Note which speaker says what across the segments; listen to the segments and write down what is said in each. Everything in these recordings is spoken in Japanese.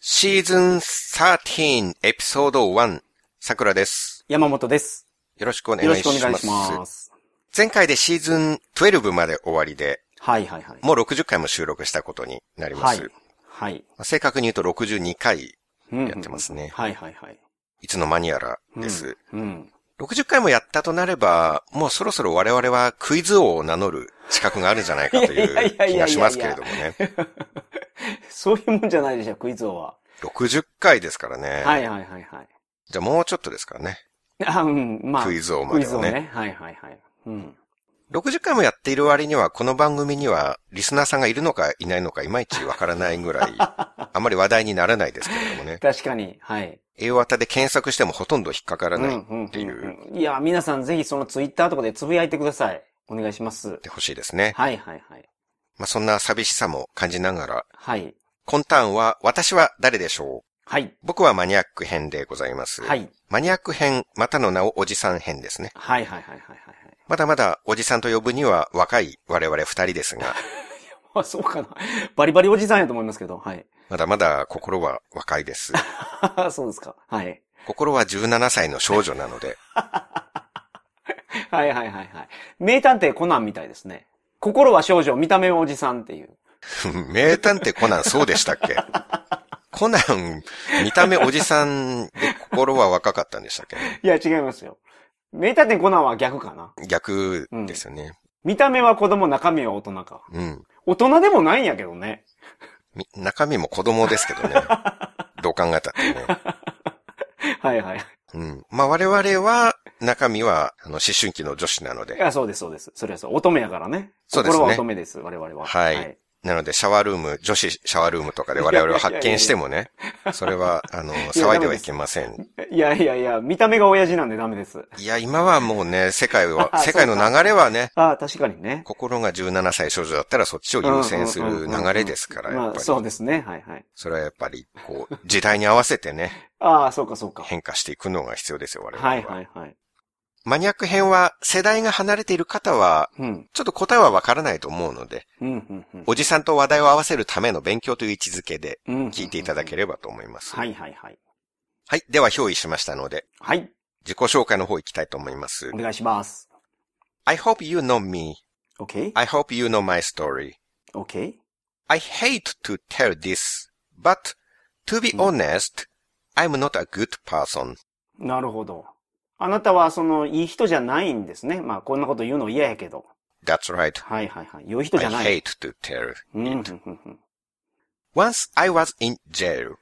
Speaker 1: シーズン13エピソード1、桜です。
Speaker 2: 山本です。
Speaker 1: よろしくお願
Speaker 2: よ
Speaker 1: い
Speaker 2: ろ
Speaker 1: し
Speaker 2: しく
Speaker 1: ま
Speaker 2: お
Speaker 1: す。
Speaker 2: 願いします。
Speaker 1: 前回でシーズン12まで終わりで、
Speaker 2: はいはいはい。
Speaker 1: もう60回も収録したことになりま
Speaker 2: は
Speaker 1: す。
Speaker 2: い。はい。
Speaker 1: 正確に言うと62回
Speaker 2: うん
Speaker 1: やってますね。
Speaker 2: はいはいはい。
Speaker 1: いつの間にやら
Speaker 2: うん
Speaker 1: です。。
Speaker 2: うん。
Speaker 1: 60回もやったとなれば、もうそろそろ我々はクイズ王を名乗る資格があるんじゃないかとい
Speaker 2: いやいや
Speaker 1: う
Speaker 2: いやいやいや
Speaker 1: 気がしますけれどもね。
Speaker 2: そういうもんじゃないでしょ、クイズ王は。
Speaker 1: 60回ですからね。
Speaker 2: はいはいはいはい。
Speaker 1: じゃあもうちょっとですからね。
Speaker 2: あ、うん、まあ。
Speaker 1: クイズ王まではね
Speaker 2: クイズ王ね。はいはいはい。うん。
Speaker 1: 60回もやっている割には、この番組には、リスナーさんがいるのかいないのか、いまいちわからないぐらい、 あまり話題にならないですけれどもね。
Speaker 2: 確かに。はい。
Speaker 1: 英和たで検索してもほとんど引っかからないっ
Speaker 2: うん
Speaker 1: ていう。
Speaker 2: うん。いや、皆さんぜひそのツイッターとかでつぶやいてください。お願いします。
Speaker 1: てほしいですね。
Speaker 2: はいはいはい。
Speaker 1: まあ、そんな寂しさも感じながら、
Speaker 2: はい。
Speaker 1: 今ターンは、私は誰でしょ
Speaker 2: はい。
Speaker 1: う僕はマニアック編でございます。
Speaker 2: はい。
Speaker 1: マニアック編、またの名をおじさん編ですね。
Speaker 2: はいはいはいはいはい。
Speaker 1: まだまだおじさんと呼ぶには若い我々二人です が、
Speaker 2: あ、そうかな。バリバリおじさんやと思いますけど。はい。
Speaker 1: まだまだ心は若いです。
Speaker 2: そうですか。はい。
Speaker 1: 心は17歳の少女なので、
Speaker 2: はいはいはいはい。名探偵コナンみたいですね。心は少女、見た目はおじさんっていう。
Speaker 1: 名探偵コナンそうでしたっけコナン、見た目おじさんで心は若かったんでしたっけ
Speaker 2: いや、違いますよ。名探偵コナンは逆かな。
Speaker 1: 逆ですよね。
Speaker 2: 見た目は子供、中身は大人か。
Speaker 1: うん、
Speaker 2: 大人でもないんやけどね。
Speaker 1: み中身も子供ですけど ね。どう考えたってね。
Speaker 2: はいはい。
Speaker 1: うん。まあ我々は中身はあの思春期の女子なの
Speaker 2: い
Speaker 1: で、
Speaker 2: や、そうですそうです。それはそう。乙女やからね。
Speaker 1: そうですね
Speaker 2: 心は乙女です、我々は。
Speaker 1: はいなのでシャワールーム、女子シャワールームとかで我々は発見してもね、それはあの騒いではいけません。
Speaker 2: いやいやいや、見た目が親父なんでダメです。
Speaker 1: いや、今はもうね、世界 は、
Speaker 2: あ
Speaker 1: 世界の流れはね、
Speaker 2: ああ、確かにね。
Speaker 1: 心が17歳少女だったらそっちを優先する流れですから、やっ
Speaker 2: ま
Speaker 1: ぱ
Speaker 2: あ、
Speaker 1: り。
Speaker 2: そうですね。はいはい。
Speaker 1: それはやっぱり、こう、時代に合わせてね、
Speaker 2: ああ、そうかそうか。
Speaker 1: 変化していくのが必要ですよ、我々は。
Speaker 2: はいはいはい。
Speaker 1: マニアック編は、世代が離れている方は、
Speaker 2: うん。
Speaker 1: ちょっと答えはわからないと思うので、
Speaker 2: うん、うん、うん。
Speaker 1: おじさんと話題を合わせるための勉強という位置づけで、
Speaker 2: うん
Speaker 1: 聞いていただければと思います。
Speaker 2: はいはいはい。
Speaker 1: はい。では、表意しましたので、
Speaker 2: はい。
Speaker 1: 自己紹介の方行きたいと思います
Speaker 2: お。願いします。
Speaker 1: I hope you know me.I
Speaker 2: OK?
Speaker 1: hope you know my story.
Speaker 2: OK?
Speaker 1: I hate to tell this, but to be honest, I'm not a good person.
Speaker 2: なるほど。あなたは、その、いい人じゃないんですね。まあ、こんなこと言うの嫌やけど。
Speaker 1: That's right.
Speaker 2: はいはいはい。良い人
Speaker 1: I
Speaker 2: じゃない。
Speaker 1: hate to tell.
Speaker 2: うんうんうんうん。
Speaker 1: Once I was in jail.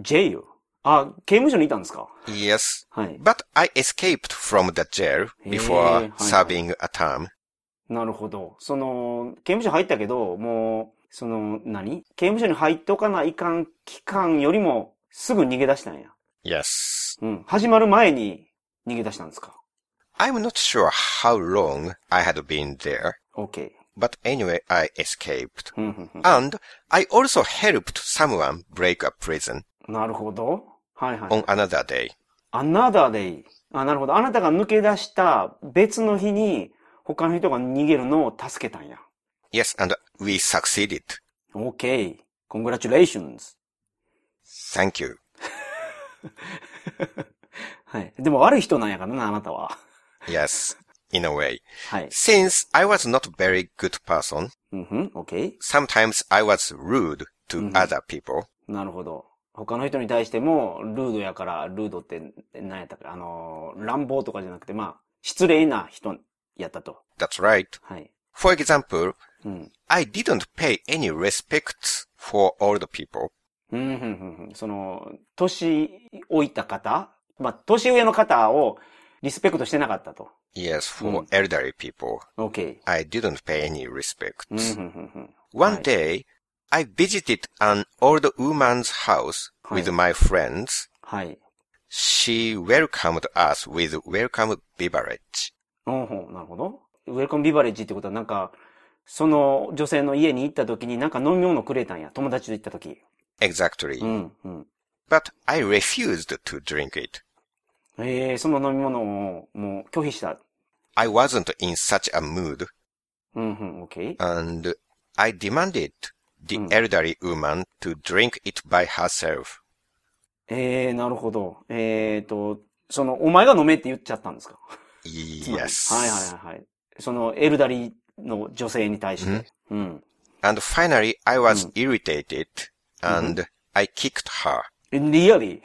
Speaker 2: jail? あ、刑務所にいたんですか
Speaker 1: Yes.
Speaker 2: はい。
Speaker 1: But I escaped from the jail
Speaker 2: へー
Speaker 1: before
Speaker 2: はいはい
Speaker 1: serving a term.
Speaker 2: なるほど。その、刑務所入ったけど、もう、その、何刑務所に入っておかないかん期間よりも、すぐ逃げ出したんや。
Speaker 1: Yes.
Speaker 2: うん。始まる前に逃げ出したんですか
Speaker 1: I'm not sure how long I had been there,
Speaker 2: ?OK。
Speaker 1: but anyway, I escaped.
Speaker 2: うんうんうん。
Speaker 1: And I also helped someone break a prison
Speaker 2: なるほど。はいはい。
Speaker 1: on another day.
Speaker 2: another day. あ、なるほど。あなたが抜け出した別の日に他の人が逃げるのを助けたんや。
Speaker 1: Yes, and we succeeded.
Speaker 2: OK. Congratulations.
Speaker 1: Thank you.
Speaker 2: はい。でも悪い人なんやからな、あなたは。
Speaker 1: Yes, in a way.
Speaker 2: はい。
Speaker 1: Since I was not a very good person,
Speaker 2: うんふん。OK。
Speaker 1: sometimes I was rude to
Speaker 2: Mm-hmm.
Speaker 1: other people.
Speaker 2: なるほど。他の人に対しても、ルードやから、ルードって何やったか、あのー、乱暴とかじゃなくて、まあ、失礼な人やったと。
Speaker 1: That's right.
Speaker 2: はい。
Speaker 1: For example,
Speaker 2: うん。
Speaker 1: I didn't pay any respects for old people.
Speaker 2: うん、ふんふんふん。その、年老いた方まあ、年上の方をリスペクトしてなかったと。
Speaker 1: Yes,
Speaker 2: Mm.
Speaker 1: for elderly people.
Speaker 2: OK。
Speaker 1: I didn't pay any respects.
Speaker 2: うんうんうんうん
Speaker 1: One
Speaker 2: Mm-hmm. Right.
Speaker 1: day, I visited an old woman's house with
Speaker 2: Right.
Speaker 1: my friends.
Speaker 2: はい。
Speaker 1: She welcomed us with welcome beverage.
Speaker 2: うんほうなるほど。ウェルカムビバレッジってことはなんか、その女性の家に行った時になんか飲み物くれたんや。友達と行った時。
Speaker 1: Exactly.
Speaker 2: うん、うん。
Speaker 1: But I refused to drink it.
Speaker 2: ええその飲み物をもう拒否した。
Speaker 1: I wasn't in such a mood,
Speaker 2: うん、うん、オッケー。
Speaker 1: and I demanded the elderly woman to drink it by herself.
Speaker 2: ええ、なるほど。えっと、その、お前が飲めって言っちゃったんですか
Speaker 1: イ
Speaker 2: つまり
Speaker 1: エス。
Speaker 2: はいはいはい。その、エルダリーの女性に対して。うん。
Speaker 1: And finally, I was
Speaker 2: うん
Speaker 1: irritated and I kicked her.
Speaker 2: リアリ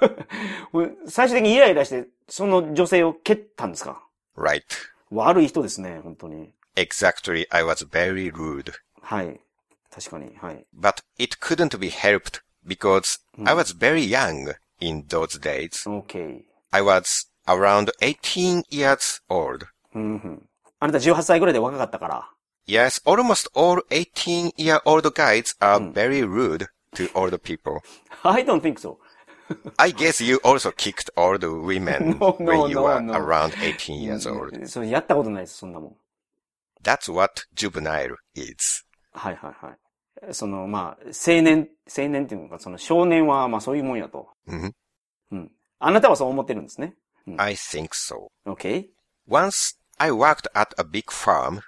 Speaker 2: ー最終的にイライラして、その女性を蹴ったんですか
Speaker 1: Right.
Speaker 2: 悪い人ですね、本当に。
Speaker 1: Exactly. I was very rude.
Speaker 2: はい。確かに。はい。
Speaker 1: But it couldn't be helped because I was very young in those days.
Speaker 2: OK。
Speaker 1: I was around 18 years old.
Speaker 2: うんうん。あなた18歳ぐらいで若かったから。
Speaker 1: Yes, almost all 18 year old guys are
Speaker 2: Hmm.
Speaker 1: very rude to old people.
Speaker 2: I don't think so.
Speaker 1: I guess you also kicked old women
Speaker 2: No, no,
Speaker 1: when you
Speaker 2: no,
Speaker 1: were
Speaker 2: no. Hmm.
Speaker 1: around 18 years old.
Speaker 2: それやったことないです、そんなもん。
Speaker 1: That's what juvenile is.
Speaker 2: はいはいはい。その、まあ、青年、青年っていうのか、その少年は、まあそういうもんやと。
Speaker 1: Mhm.
Speaker 2: うん。あなたはそう思ってるんですね。
Speaker 1: I think so.
Speaker 2: OK?
Speaker 1: Once I worked at a big farm,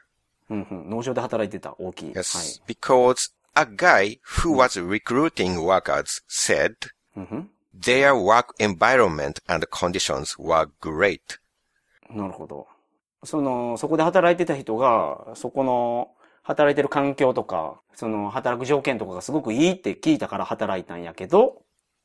Speaker 2: うんうん。農場で働いてた、大きい。
Speaker 1: yes, because a guy
Speaker 2: Hmm.
Speaker 1: who was recruiting workers said
Speaker 2: はい。うん
Speaker 1: their work environment and conditions were great.
Speaker 2: うん。なるほど。その、そこで働いてた人が、そこの、働いてる環境とか、その、働く条件とかがすごくいいって聞いたから働いたんやけど、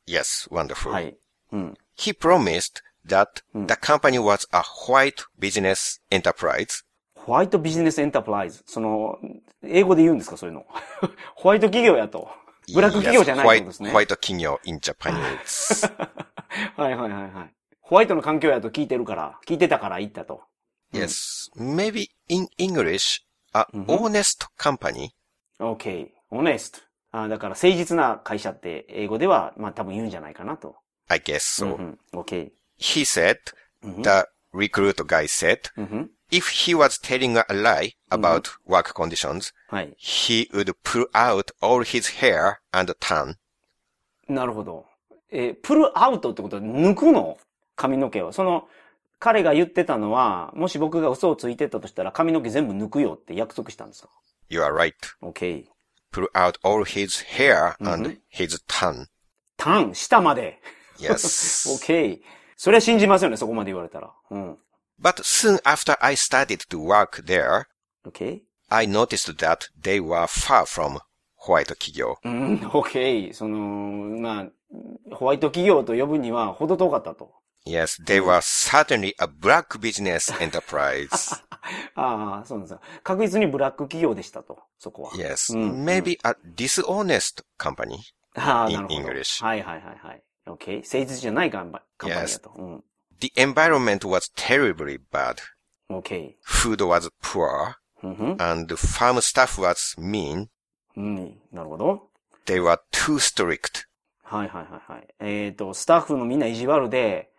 Speaker 1: Yes, wonderful.
Speaker 2: はい。うん。
Speaker 1: He promised that the company was a white business enterprise.
Speaker 2: ホワイトビジネスエンタープライズ。その、英語で言うんですか、そういうの。 ホワイト企業やと。 ブラック企業じゃないってことですね。
Speaker 1: Yes, white, white 企業 in Japanese.
Speaker 2: はいはいはいはい。ホワイトの環境やと聞いてるから、聞いてたから行ったと。
Speaker 1: yes, maybe in English, a honest company.
Speaker 2: OK. honest. あだから誠実な会社って英語では、まあ多分言うんじゃないかなと。
Speaker 1: I guess so.
Speaker 2: うんうん。OK。
Speaker 1: He said, the recruit guy said,
Speaker 2: うんふん。
Speaker 1: if he was telling a lie about work conditions,
Speaker 2: はい。
Speaker 1: he would pull out all his hair and tan.
Speaker 2: なるほど。えープルアウトってことは抜くの髪の毛を。その、彼が言ってたのは、もし僕が嘘をついてたとしたら髪の毛全部抜くよって約束したんですか
Speaker 1: You are right.
Speaker 2: ?OK。
Speaker 1: Pull out all his hair and his tan.
Speaker 2: ターン、下まで。
Speaker 1: Yes.
Speaker 2: OK。それは信じますよね、そこまで言われたら。うん。
Speaker 1: But soon after I started to work there,
Speaker 2: OK?
Speaker 1: I noticed that they were far from white 企業
Speaker 2: うん、OK。その、まあ、ホワイト企業と呼ぶには程遠かったと。
Speaker 1: Yes, they were certainly a black business enterprise.
Speaker 2: ああ、そうなんですか。確実にブラック企業でしたと、そこは。
Speaker 1: Yes,
Speaker 2: うん、
Speaker 1: maybe a dishonest company.
Speaker 2: ああ、
Speaker 1: in
Speaker 2: なるほど。
Speaker 1: English
Speaker 2: はいはいはいはい。OK。誠実じゃないカンパカンパニーだと。
Speaker 1: The environment was terribly bad.
Speaker 2: うん。OK。
Speaker 1: Food was poor
Speaker 2: うんふん
Speaker 1: and the farm staff was mean.
Speaker 2: うん、なるほど。
Speaker 1: They were too strict.
Speaker 2: はいはいはいはい。えっ、と、スタッフのみんな意地悪で、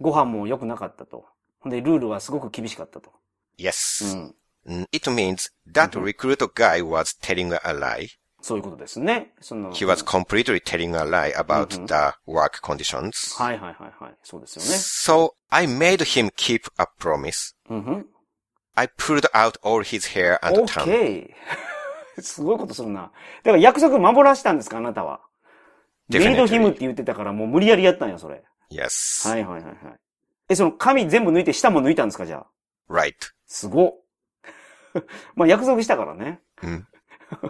Speaker 2: ご飯も良くなかったと。ほんで、ルールはすごく厳しかったと。う
Speaker 1: Yes.
Speaker 2: ん。
Speaker 1: Mm, It means that recruit guy was telling a lie.
Speaker 2: そういうことですね。その、
Speaker 1: He was completely telling a lie about the work conditions.
Speaker 2: はいはいはいはい。そうですよね。
Speaker 1: So I made him keep a promise.
Speaker 2: うんふん。
Speaker 1: I pulled out all his hair and tan.
Speaker 2: OK! すごいことするな。だから約束守らしたんですか、あなたは。メイドヒムって言ってたからもう無理やりやったんや、それ。
Speaker 1: Yes.
Speaker 2: はいはいはいはい。え、その髪全部抜いて舌も抜いたんですか、じゃあ。
Speaker 1: Right.
Speaker 2: すごっ。 まあ約束したからね。
Speaker 1: うん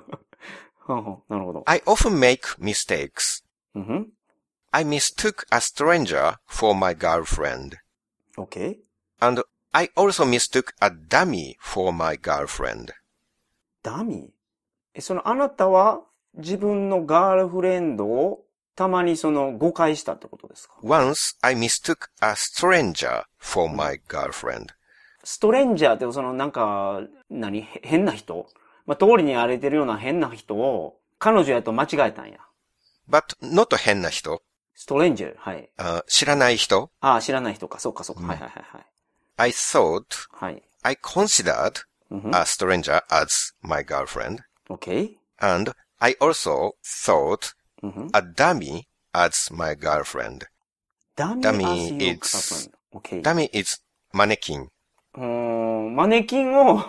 Speaker 2: はんはんなるほど。
Speaker 1: I often make mistakes.
Speaker 2: うんふん。
Speaker 1: I mistook a stranger for my girlfriend.
Speaker 2: OK?
Speaker 1: And I also mistook a dummy for my girlfriend.
Speaker 2: ダミーえ、そのあなたは自分のガールフレンドをたまにその誤解したってことですか
Speaker 1: Once I mistook a stranger for my girlfriend.
Speaker 2: ストレンジャーってそのなんか、何へ変な人まあ、通りに荒れてるような変な人を彼女やと間違えたんや。
Speaker 1: But not 変な人、
Speaker 2: ストレンジャーはい。
Speaker 1: あ知らない人。
Speaker 2: ああ、知らない人か。そうか、そうか。はいはいはいはい。
Speaker 1: I thought,
Speaker 2: はい。
Speaker 1: I considered
Speaker 2: うんふん
Speaker 1: a stranger as my girlfriend.
Speaker 2: OK?
Speaker 1: And I also thought
Speaker 2: うんふん
Speaker 1: a dummy as my girlfriend.
Speaker 2: ダミ
Speaker 1: ダミー
Speaker 2: ーアーシー
Speaker 1: is-
Speaker 2: オッケー。
Speaker 1: Dummy is mannequin.
Speaker 2: うーん、マネキン を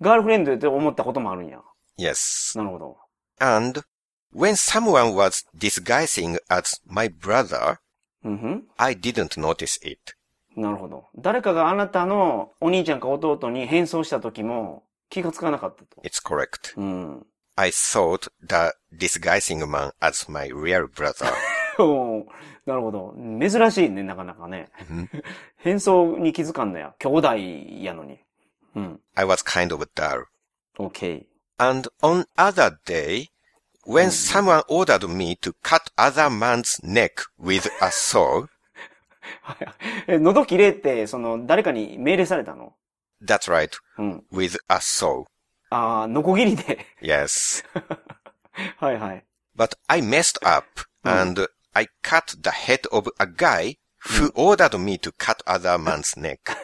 Speaker 2: ガールフレンドって思ったこともあるんや。
Speaker 1: Yes.
Speaker 2: なるほど。
Speaker 1: And When someone was disguising as my brother,
Speaker 2: うんふん
Speaker 1: I didn't notice it.
Speaker 2: なるほど。誰かがあなたのお兄ちゃんか弟に変装した時も気がつかなかったと。
Speaker 1: It's correct.
Speaker 2: うん。
Speaker 1: I thought the disguising man as my real brother.
Speaker 2: おーなるほど。珍しいね、なかなかね
Speaker 1: うん。
Speaker 2: 変装に気づかんのや。兄弟やのに。うん。
Speaker 1: I was kind of dull.
Speaker 2: OK。
Speaker 1: And on other day, when
Speaker 2: Mm.
Speaker 1: someone ordered me to cut other man's neck with a saw,
Speaker 2: はい え喉切れって、その、誰かに命令されたの
Speaker 1: that's right,
Speaker 2: うん。
Speaker 1: with a saw.
Speaker 2: ああ、ノコギリで。
Speaker 1: Yes.
Speaker 2: はいはい。
Speaker 1: But I messed up
Speaker 2: Mm.
Speaker 1: and I cut the head of a guy who ordered me to cut other man's neck.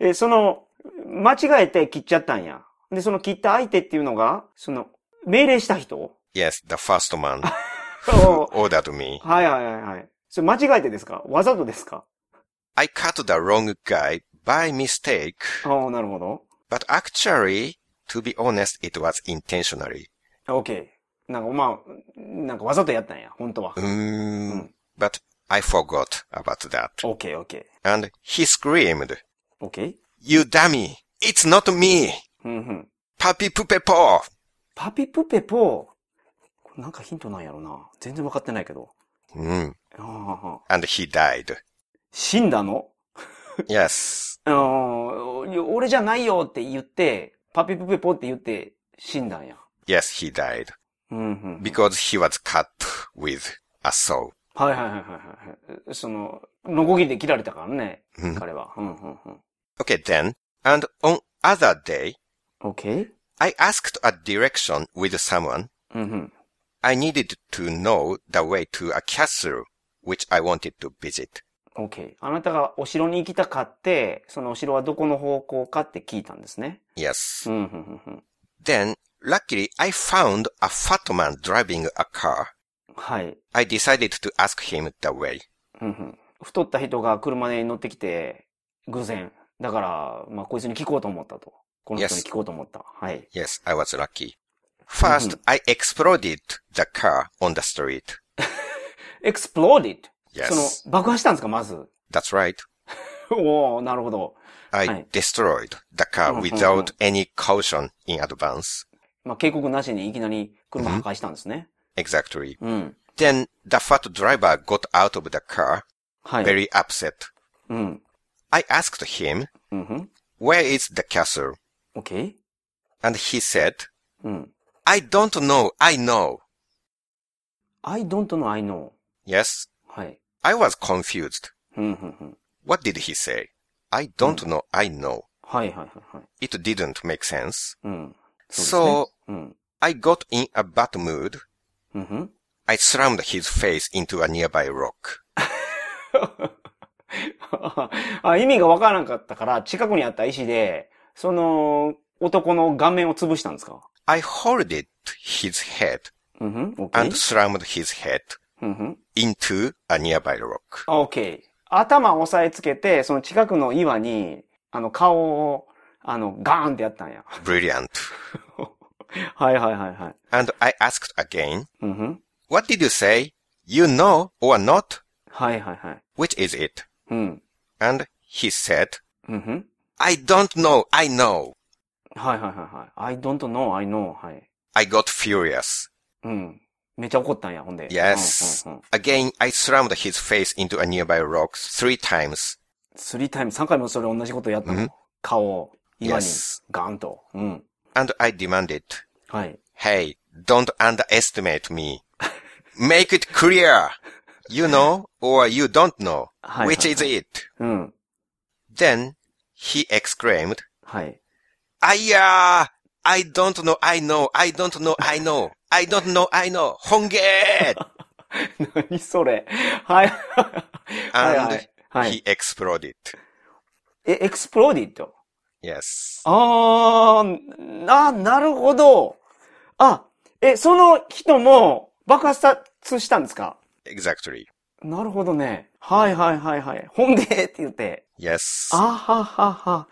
Speaker 2: え、その、間違えて切っちゃったんや。で、その切った相手っていうのが、その、命令した人
Speaker 1: Yes, the first man
Speaker 2: お
Speaker 1: who
Speaker 2: ー
Speaker 1: ordered me.
Speaker 2: はいはいはいはい。それ間違えてですかわざとですか
Speaker 1: I cut the wrong guy by mistake,
Speaker 2: ああ、なるほど。
Speaker 1: but actually, to be honest, it was intentionally.
Speaker 2: OK。なんか、まあ、なんかわざとやったんや、本当は。
Speaker 1: Mm, But I forgot about that.
Speaker 2: OK、OK。
Speaker 1: And he screamed,
Speaker 2: OK?
Speaker 1: You dummy! It's not me!
Speaker 2: うんうん。
Speaker 1: Papi Pupepo!
Speaker 2: パピプペポこれなんかヒントなんやろな。全然わかってないけど。
Speaker 1: Mm.
Speaker 2: ああ
Speaker 1: And he died.
Speaker 2: 死んだの
Speaker 1: Yes.
Speaker 2: あのーお俺じゃないよって言って、パピプペポって言って死んだんや。
Speaker 1: Yes, he died.
Speaker 2: うんうん。
Speaker 1: Because he was cut with a saw.
Speaker 2: はいはいはいはいはい。その、ノコギリで切られたからね、
Speaker 1: Mm.
Speaker 2: 彼は。うんうんうん。
Speaker 1: Okay, then. And on other day,
Speaker 2: OK?
Speaker 1: I asked a direction with someone.
Speaker 2: うんうん。
Speaker 1: I needed to know the way to a castle which I wanted to visit.
Speaker 2: OK。あなたがお城に行きたかって、そのお城はどこの方向かって聞いたんですね。
Speaker 1: Yes.
Speaker 2: うんうんうんうん。
Speaker 1: Then, luckily, I found a fat man driving a car.
Speaker 2: はい。
Speaker 1: I decided to ask him the way.
Speaker 2: うんうん。太った人が車に乗ってきて、偶然。だから、まあ、こいつに聞こうと思ったと。この人に
Speaker 1: Yes.
Speaker 2: 聞こうと思った。はい。
Speaker 1: Yes, I was lucky. 1st I exploded the car on the street.
Speaker 2: exploded.
Speaker 1: Yes.
Speaker 2: その、爆破したんですか、まず。
Speaker 1: That's right.
Speaker 2: おおなるほど。
Speaker 1: I
Speaker 2: Aye.
Speaker 1: destroyed the car
Speaker 2: Mhm,
Speaker 1: without any caution in advance.
Speaker 2: まあ、警告なしにいきなり車破壊したんですね。
Speaker 1: Exactly.
Speaker 2: うん。
Speaker 1: Then the fat driver got out of the car,
Speaker 2: はい。
Speaker 1: very upset.
Speaker 2: うん。
Speaker 1: I asked him,
Speaker 2: うんふん。
Speaker 1: where is the castle?
Speaker 2: OK?
Speaker 1: And he said,
Speaker 2: うん。
Speaker 1: I don't know, I know.
Speaker 2: I don't know, I know.
Speaker 1: Yes,
Speaker 2: はい。
Speaker 1: I was confused.
Speaker 2: うん、ふん、ふん。
Speaker 1: What did he say? I don't know, I know.
Speaker 2: はい、はい、はい、はい。
Speaker 1: It didn't make sense.
Speaker 2: うん。
Speaker 1: So
Speaker 2: うですね。うん。
Speaker 1: I got in a bad mood.
Speaker 2: うんふん。
Speaker 1: I slammed his face into a nearby rock.
Speaker 2: あ、意味がわからなかったから、近くにあった石で、その、男の顔面を潰したんですか
Speaker 1: I holded his head
Speaker 2: うんふん。
Speaker 1: and
Speaker 2: OK?
Speaker 1: slammed his head
Speaker 2: うんふん。
Speaker 1: into a nearby rock.
Speaker 2: あ OK。頭を押さえつけて、その近くの岩に、あの、顔を、あの、ガーンってやったんや。
Speaker 1: Brilliant.
Speaker 2: はいはいはいはい。
Speaker 1: And I asked again,
Speaker 2: うんふん。
Speaker 1: what did you say? You know or not?
Speaker 2: はいはいはい。
Speaker 1: Which is it?
Speaker 2: うん。
Speaker 1: And he said,
Speaker 2: うんふん。
Speaker 1: I don't know, I know.
Speaker 2: はいはいはいはい。I don't know, I know. はい。
Speaker 1: I got furious.
Speaker 2: うん。めっちゃ怒ったんや、ほんで。
Speaker 1: Yes.
Speaker 2: うんうんうん。
Speaker 1: Again, I slammed his face into a nearby rock three times.
Speaker 2: スリータイム、3回もそれ同じことやったの。
Speaker 1: うん
Speaker 2: 顔を、岩に
Speaker 1: Yes.、
Speaker 2: ガーンと。うん。
Speaker 1: And I demanded,
Speaker 2: はい。
Speaker 1: Hey, don't underestimate me. Make it clear. You know or you don't know.
Speaker 2: はいはいはい。
Speaker 1: Which is it?
Speaker 2: うん。
Speaker 1: Then he exclaimed,
Speaker 2: はい。
Speaker 1: Aya! I don't know, I know, I don't know, I know, I don't know, I know, Honge!
Speaker 2: 何それ。はい。はいは
Speaker 1: And
Speaker 2: い。は
Speaker 1: he
Speaker 2: い。
Speaker 1: exploded.
Speaker 2: え、エクスプローディット。
Speaker 1: Yes.
Speaker 2: あー、な、なるほど。あ、え、その人も爆発したんですか
Speaker 1: Exactly.
Speaker 2: なるほどね。はいはいはいはい。ほんでって言って。
Speaker 1: Yes.
Speaker 2: あははは。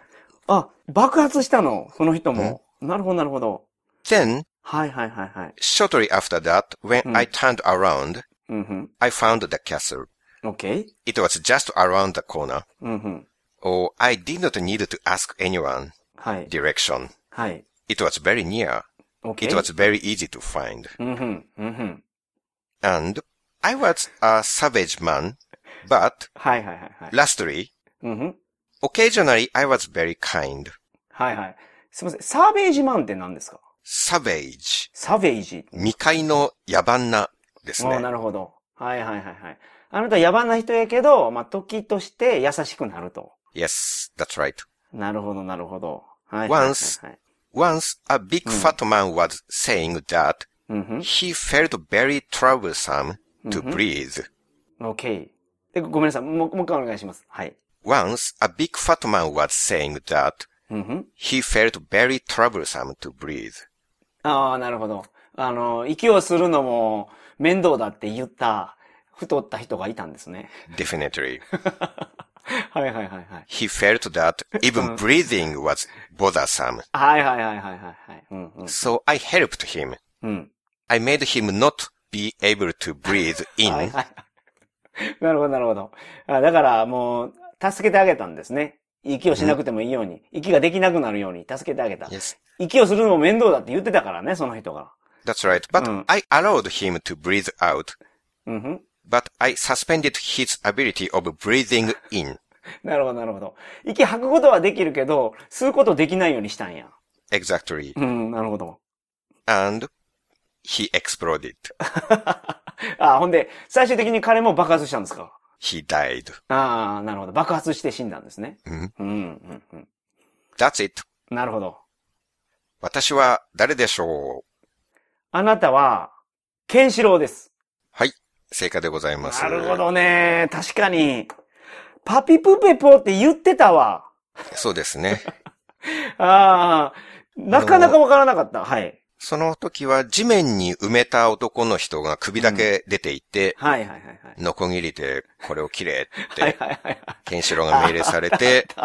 Speaker 2: あ、爆発したの、その人も。なるほどなるほど。
Speaker 1: Then
Speaker 2: はいはいはいはい。
Speaker 1: Shortly after that, when
Speaker 2: Hmm.
Speaker 1: I turned around,
Speaker 2: うんふん。
Speaker 1: I found the castle.
Speaker 2: OK?
Speaker 1: It was just around the corner.
Speaker 2: うんふん。
Speaker 1: Oh, I did not need to ask anyone
Speaker 2: はい。
Speaker 1: direction.
Speaker 2: はい。
Speaker 1: It was very near.
Speaker 2: OK?
Speaker 1: It was very easy to find.
Speaker 2: うんふん。うんふん。
Speaker 1: And I was a savage man, but
Speaker 2: はいはいはいはい。
Speaker 1: lastly,
Speaker 2: うんふん。
Speaker 1: occasionally I was very kind.
Speaker 2: はいはい。すみません。サーベージマンって何ですか
Speaker 1: savage.
Speaker 2: サベージ。
Speaker 1: 未開の野蛮なです
Speaker 2: おー
Speaker 1: ね。
Speaker 2: なるほど。はいはいはいはい。あなた野蛮な人やけど、まあ、時として優しくなると。
Speaker 1: Yes, that's right.
Speaker 2: なるほど、なるほど。はいはいはい、はい。
Speaker 1: Once Once a big fat man was saying that
Speaker 2: うんふん。
Speaker 1: he felt very troublesome to breathe.
Speaker 2: OK。でごめんなさい。もう、もう一回お願いします。はい。
Speaker 1: Once a big fat man was saying that
Speaker 2: うんふん。
Speaker 1: he felt very troublesome to breathe.
Speaker 2: ああ、なるほど。あの、息をするのも面倒だって言った、太った人がいたんですね。
Speaker 1: Definitely.
Speaker 2: はいはいはいはい。
Speaker 1: He felt that even breathing was bothersome.
Speaker 2: はいはいはいはいはいはい。うんうん。
Speaker 1: So I helped him.
Speaker 2: うん。
Speaker 1: I made him not be able to breathe
Speaker 2: はい
Speaker 1: in.
Speaker 2: はい。なるほどなるほど。あだからもう、助けてあげたんですね。息をしなくてもいいように、息ができなくなるように助けてあげた。
Speaker 1: Yes.
Speaker 2: 息をするのも面倒だって言ってたからね、その人が。
Speaker 1: That's right. But
Speaker 2: Mm.
Speaker 1: I allowed him to breathe out,
Speaker 2: うんふん。
Speaker 1: but I suspended his ability of breathing in.
Speaker 2: なるほどなるほど。息吐くことはできるけど、吸うことできないようにしたんや。
Speaker 1: Exactly.
Speaker 2: うん、なるほど。
Speaker 1: And he exploded.
Speaker 2: あ、ほんで、最終的に彼も爆発したんですか
Speaker 1: He died.
Speaker 2: ああ、なるほど。爆発して死んだんですね。
Speaker 1: うん。
Speaker 2: うん、うん、うん。
Speaker 1: That's it.
Speaker 2: なるほど。
Speaker 1: 私は誰でしょう
Speaker 2: あなたは、ケンシロウです。
Speaker 1: はい。正解でございます。
Speaker 2: なるほ。どね。確かに。パピプペポって言ってたわ。
Speaker 1: そうですね。
Speaker 2: ああ、なかなかわからなかった。はい。
Speaker 1: その時は地面に埋めた男の人が首だけ出ていて、
Speaker 2: はいはいはいはい。
Speaker 1: ノコギリでこれを切れっ
Speaker 2: はい
Speaker 1: て、
Speaker 2: はいはいは
Speaker 1: ケンシロウが命令されて、
Speaker 2: い。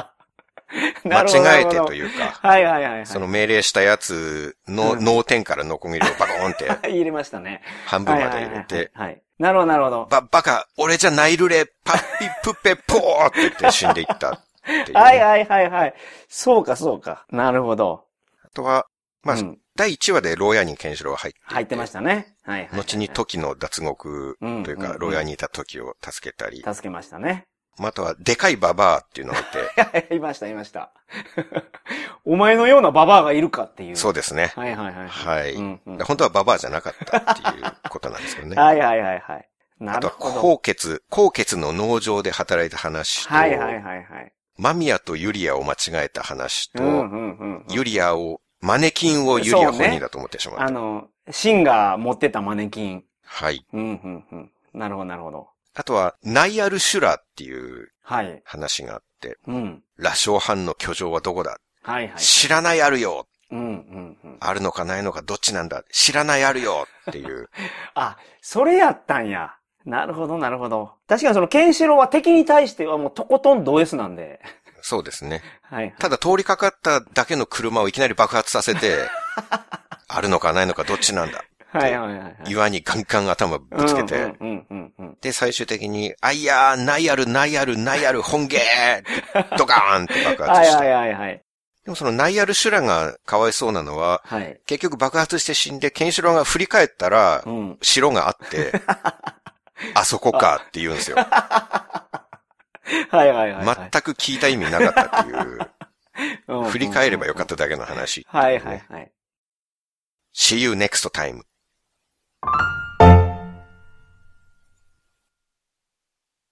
Speaker 1: 間
Speaker 2: なるほど
Speaker 1: 違えてと
Speaker 2: う。
Speaker 1: いうか、
Speaker 2: はいはいはいはい。
Speaker 1: その命令したやつの脳天からノコギリをバコーンって
Speaker 2: 入れましたね。
Speaker 1: 半分まで入れて、
Speaker 2: はいはいはいはい。はい。なるほどなるほど。
Speaker 1: ば、バカ、俺じゃないるれ、パッピプペポーって言って死んでいったっていうね、
Speaker 2: はいはいはいはい。そうかそうか。なるほど。
Speaker 1: あとは、まあ、
Speaker 2: うん
Speaker 1: 第1話で牢屋にケンシロウが入っていて
Speaker 2: 入ってましたね。はいはい。
Speaker 1: 後に時の脱獄という
Speaker 2: うんうん
Speaker 1: か、
Speaker 2: うん
Speaker 1: 牢屋にいた時を助けたり、
Speaker 2: 助けましたね。
Speaker 1: まああとは、でかいババアっていうのがいて、
Speaker 2: いました、いました。 お前のようなババアがいるかっていう。
Speaker 1: そうですね。
Speaker 2: はいはいはい。
Speaker 1: はい。
Speaker 2: うんうん
Speaker 1: 本当はババアじゃなかったっていうことなんですよね。
Speaker 2: はいはいはいはい。な
Speaker 1: あと
Speaker 2: る
Speaker 1: は、
Speaker 2: ほど。
Speaker 1: 高血、高血の農場で働いた話と、
Speaker 2: はいはいはいはい。
Speaker 1: マミヤとユリアを間違えた話と、
Speaker 2: うんうんうん。
Speaker 1: ユリアを、マネキンをユリア本人だと思ってしまった。
Speaker 2: あの、シンが持ってたマネキン。
Speaker 1: はい。
Speaker 2: うんうんうん。なるほどなるほど。
Speaker 1: あとは、ナイアルシュラっていう
Speaker 2: はい。
Speaker 1: 話があって、
Speaker 2: うん。
Speaker 1: 羅生藩の居城はどこだ、
Speaker 2: はいはい。
Speaker 1: 知らないあるよ
Speaker 2: うんうんうん。
Speaker 1: あるのかないのかどっちなんだ知らないあるよって いう。
Speaker 2: あ、それやったんや。なるほどなるほど。確かにそのケンシロウは敵に対してはもうとことんド S なんで。
Speaker 1: そうですね。
Speaker 2: はいはい。
Speaker 1: ただ通りかかっただけの車をいきなり爆発させて、 あるのかないのかどっちなんだ
Speaker 2: はいはいはいはい。
Speaker 1: 岩にガンガン頭ぶつけて、
Speaker 2: うんうんうんうんうん。
Speaker 1: で、最終的に、あいやー、ナイアル、ナイアル、ナイアル、本芸 ドカーンって爆
Speaker 2: は
Speaker 1: 発
Speaker 2: い
Speaker 1: した
Speaker 2: は。いはいはい。
Speaker 1: でもそのナイアルシュラがかわいそうなのは、
Speaker 2: はい。
Speaker 1: 結局爆発して死んで、ケンシロウが振り返ったら
Speaker 2: う、ん。
Speaker 1: 城があ って、あそこかって言うんですよ。
Speaker 2: はいはいはい、はい。
Speaker 1: 全く聞いた意味なかったっていう、
Speaker 2: うん
Speaker 1: 振り返ればよかっただけの話。
Speaker 2: はいはいはい。
Speaker 1: See you next time.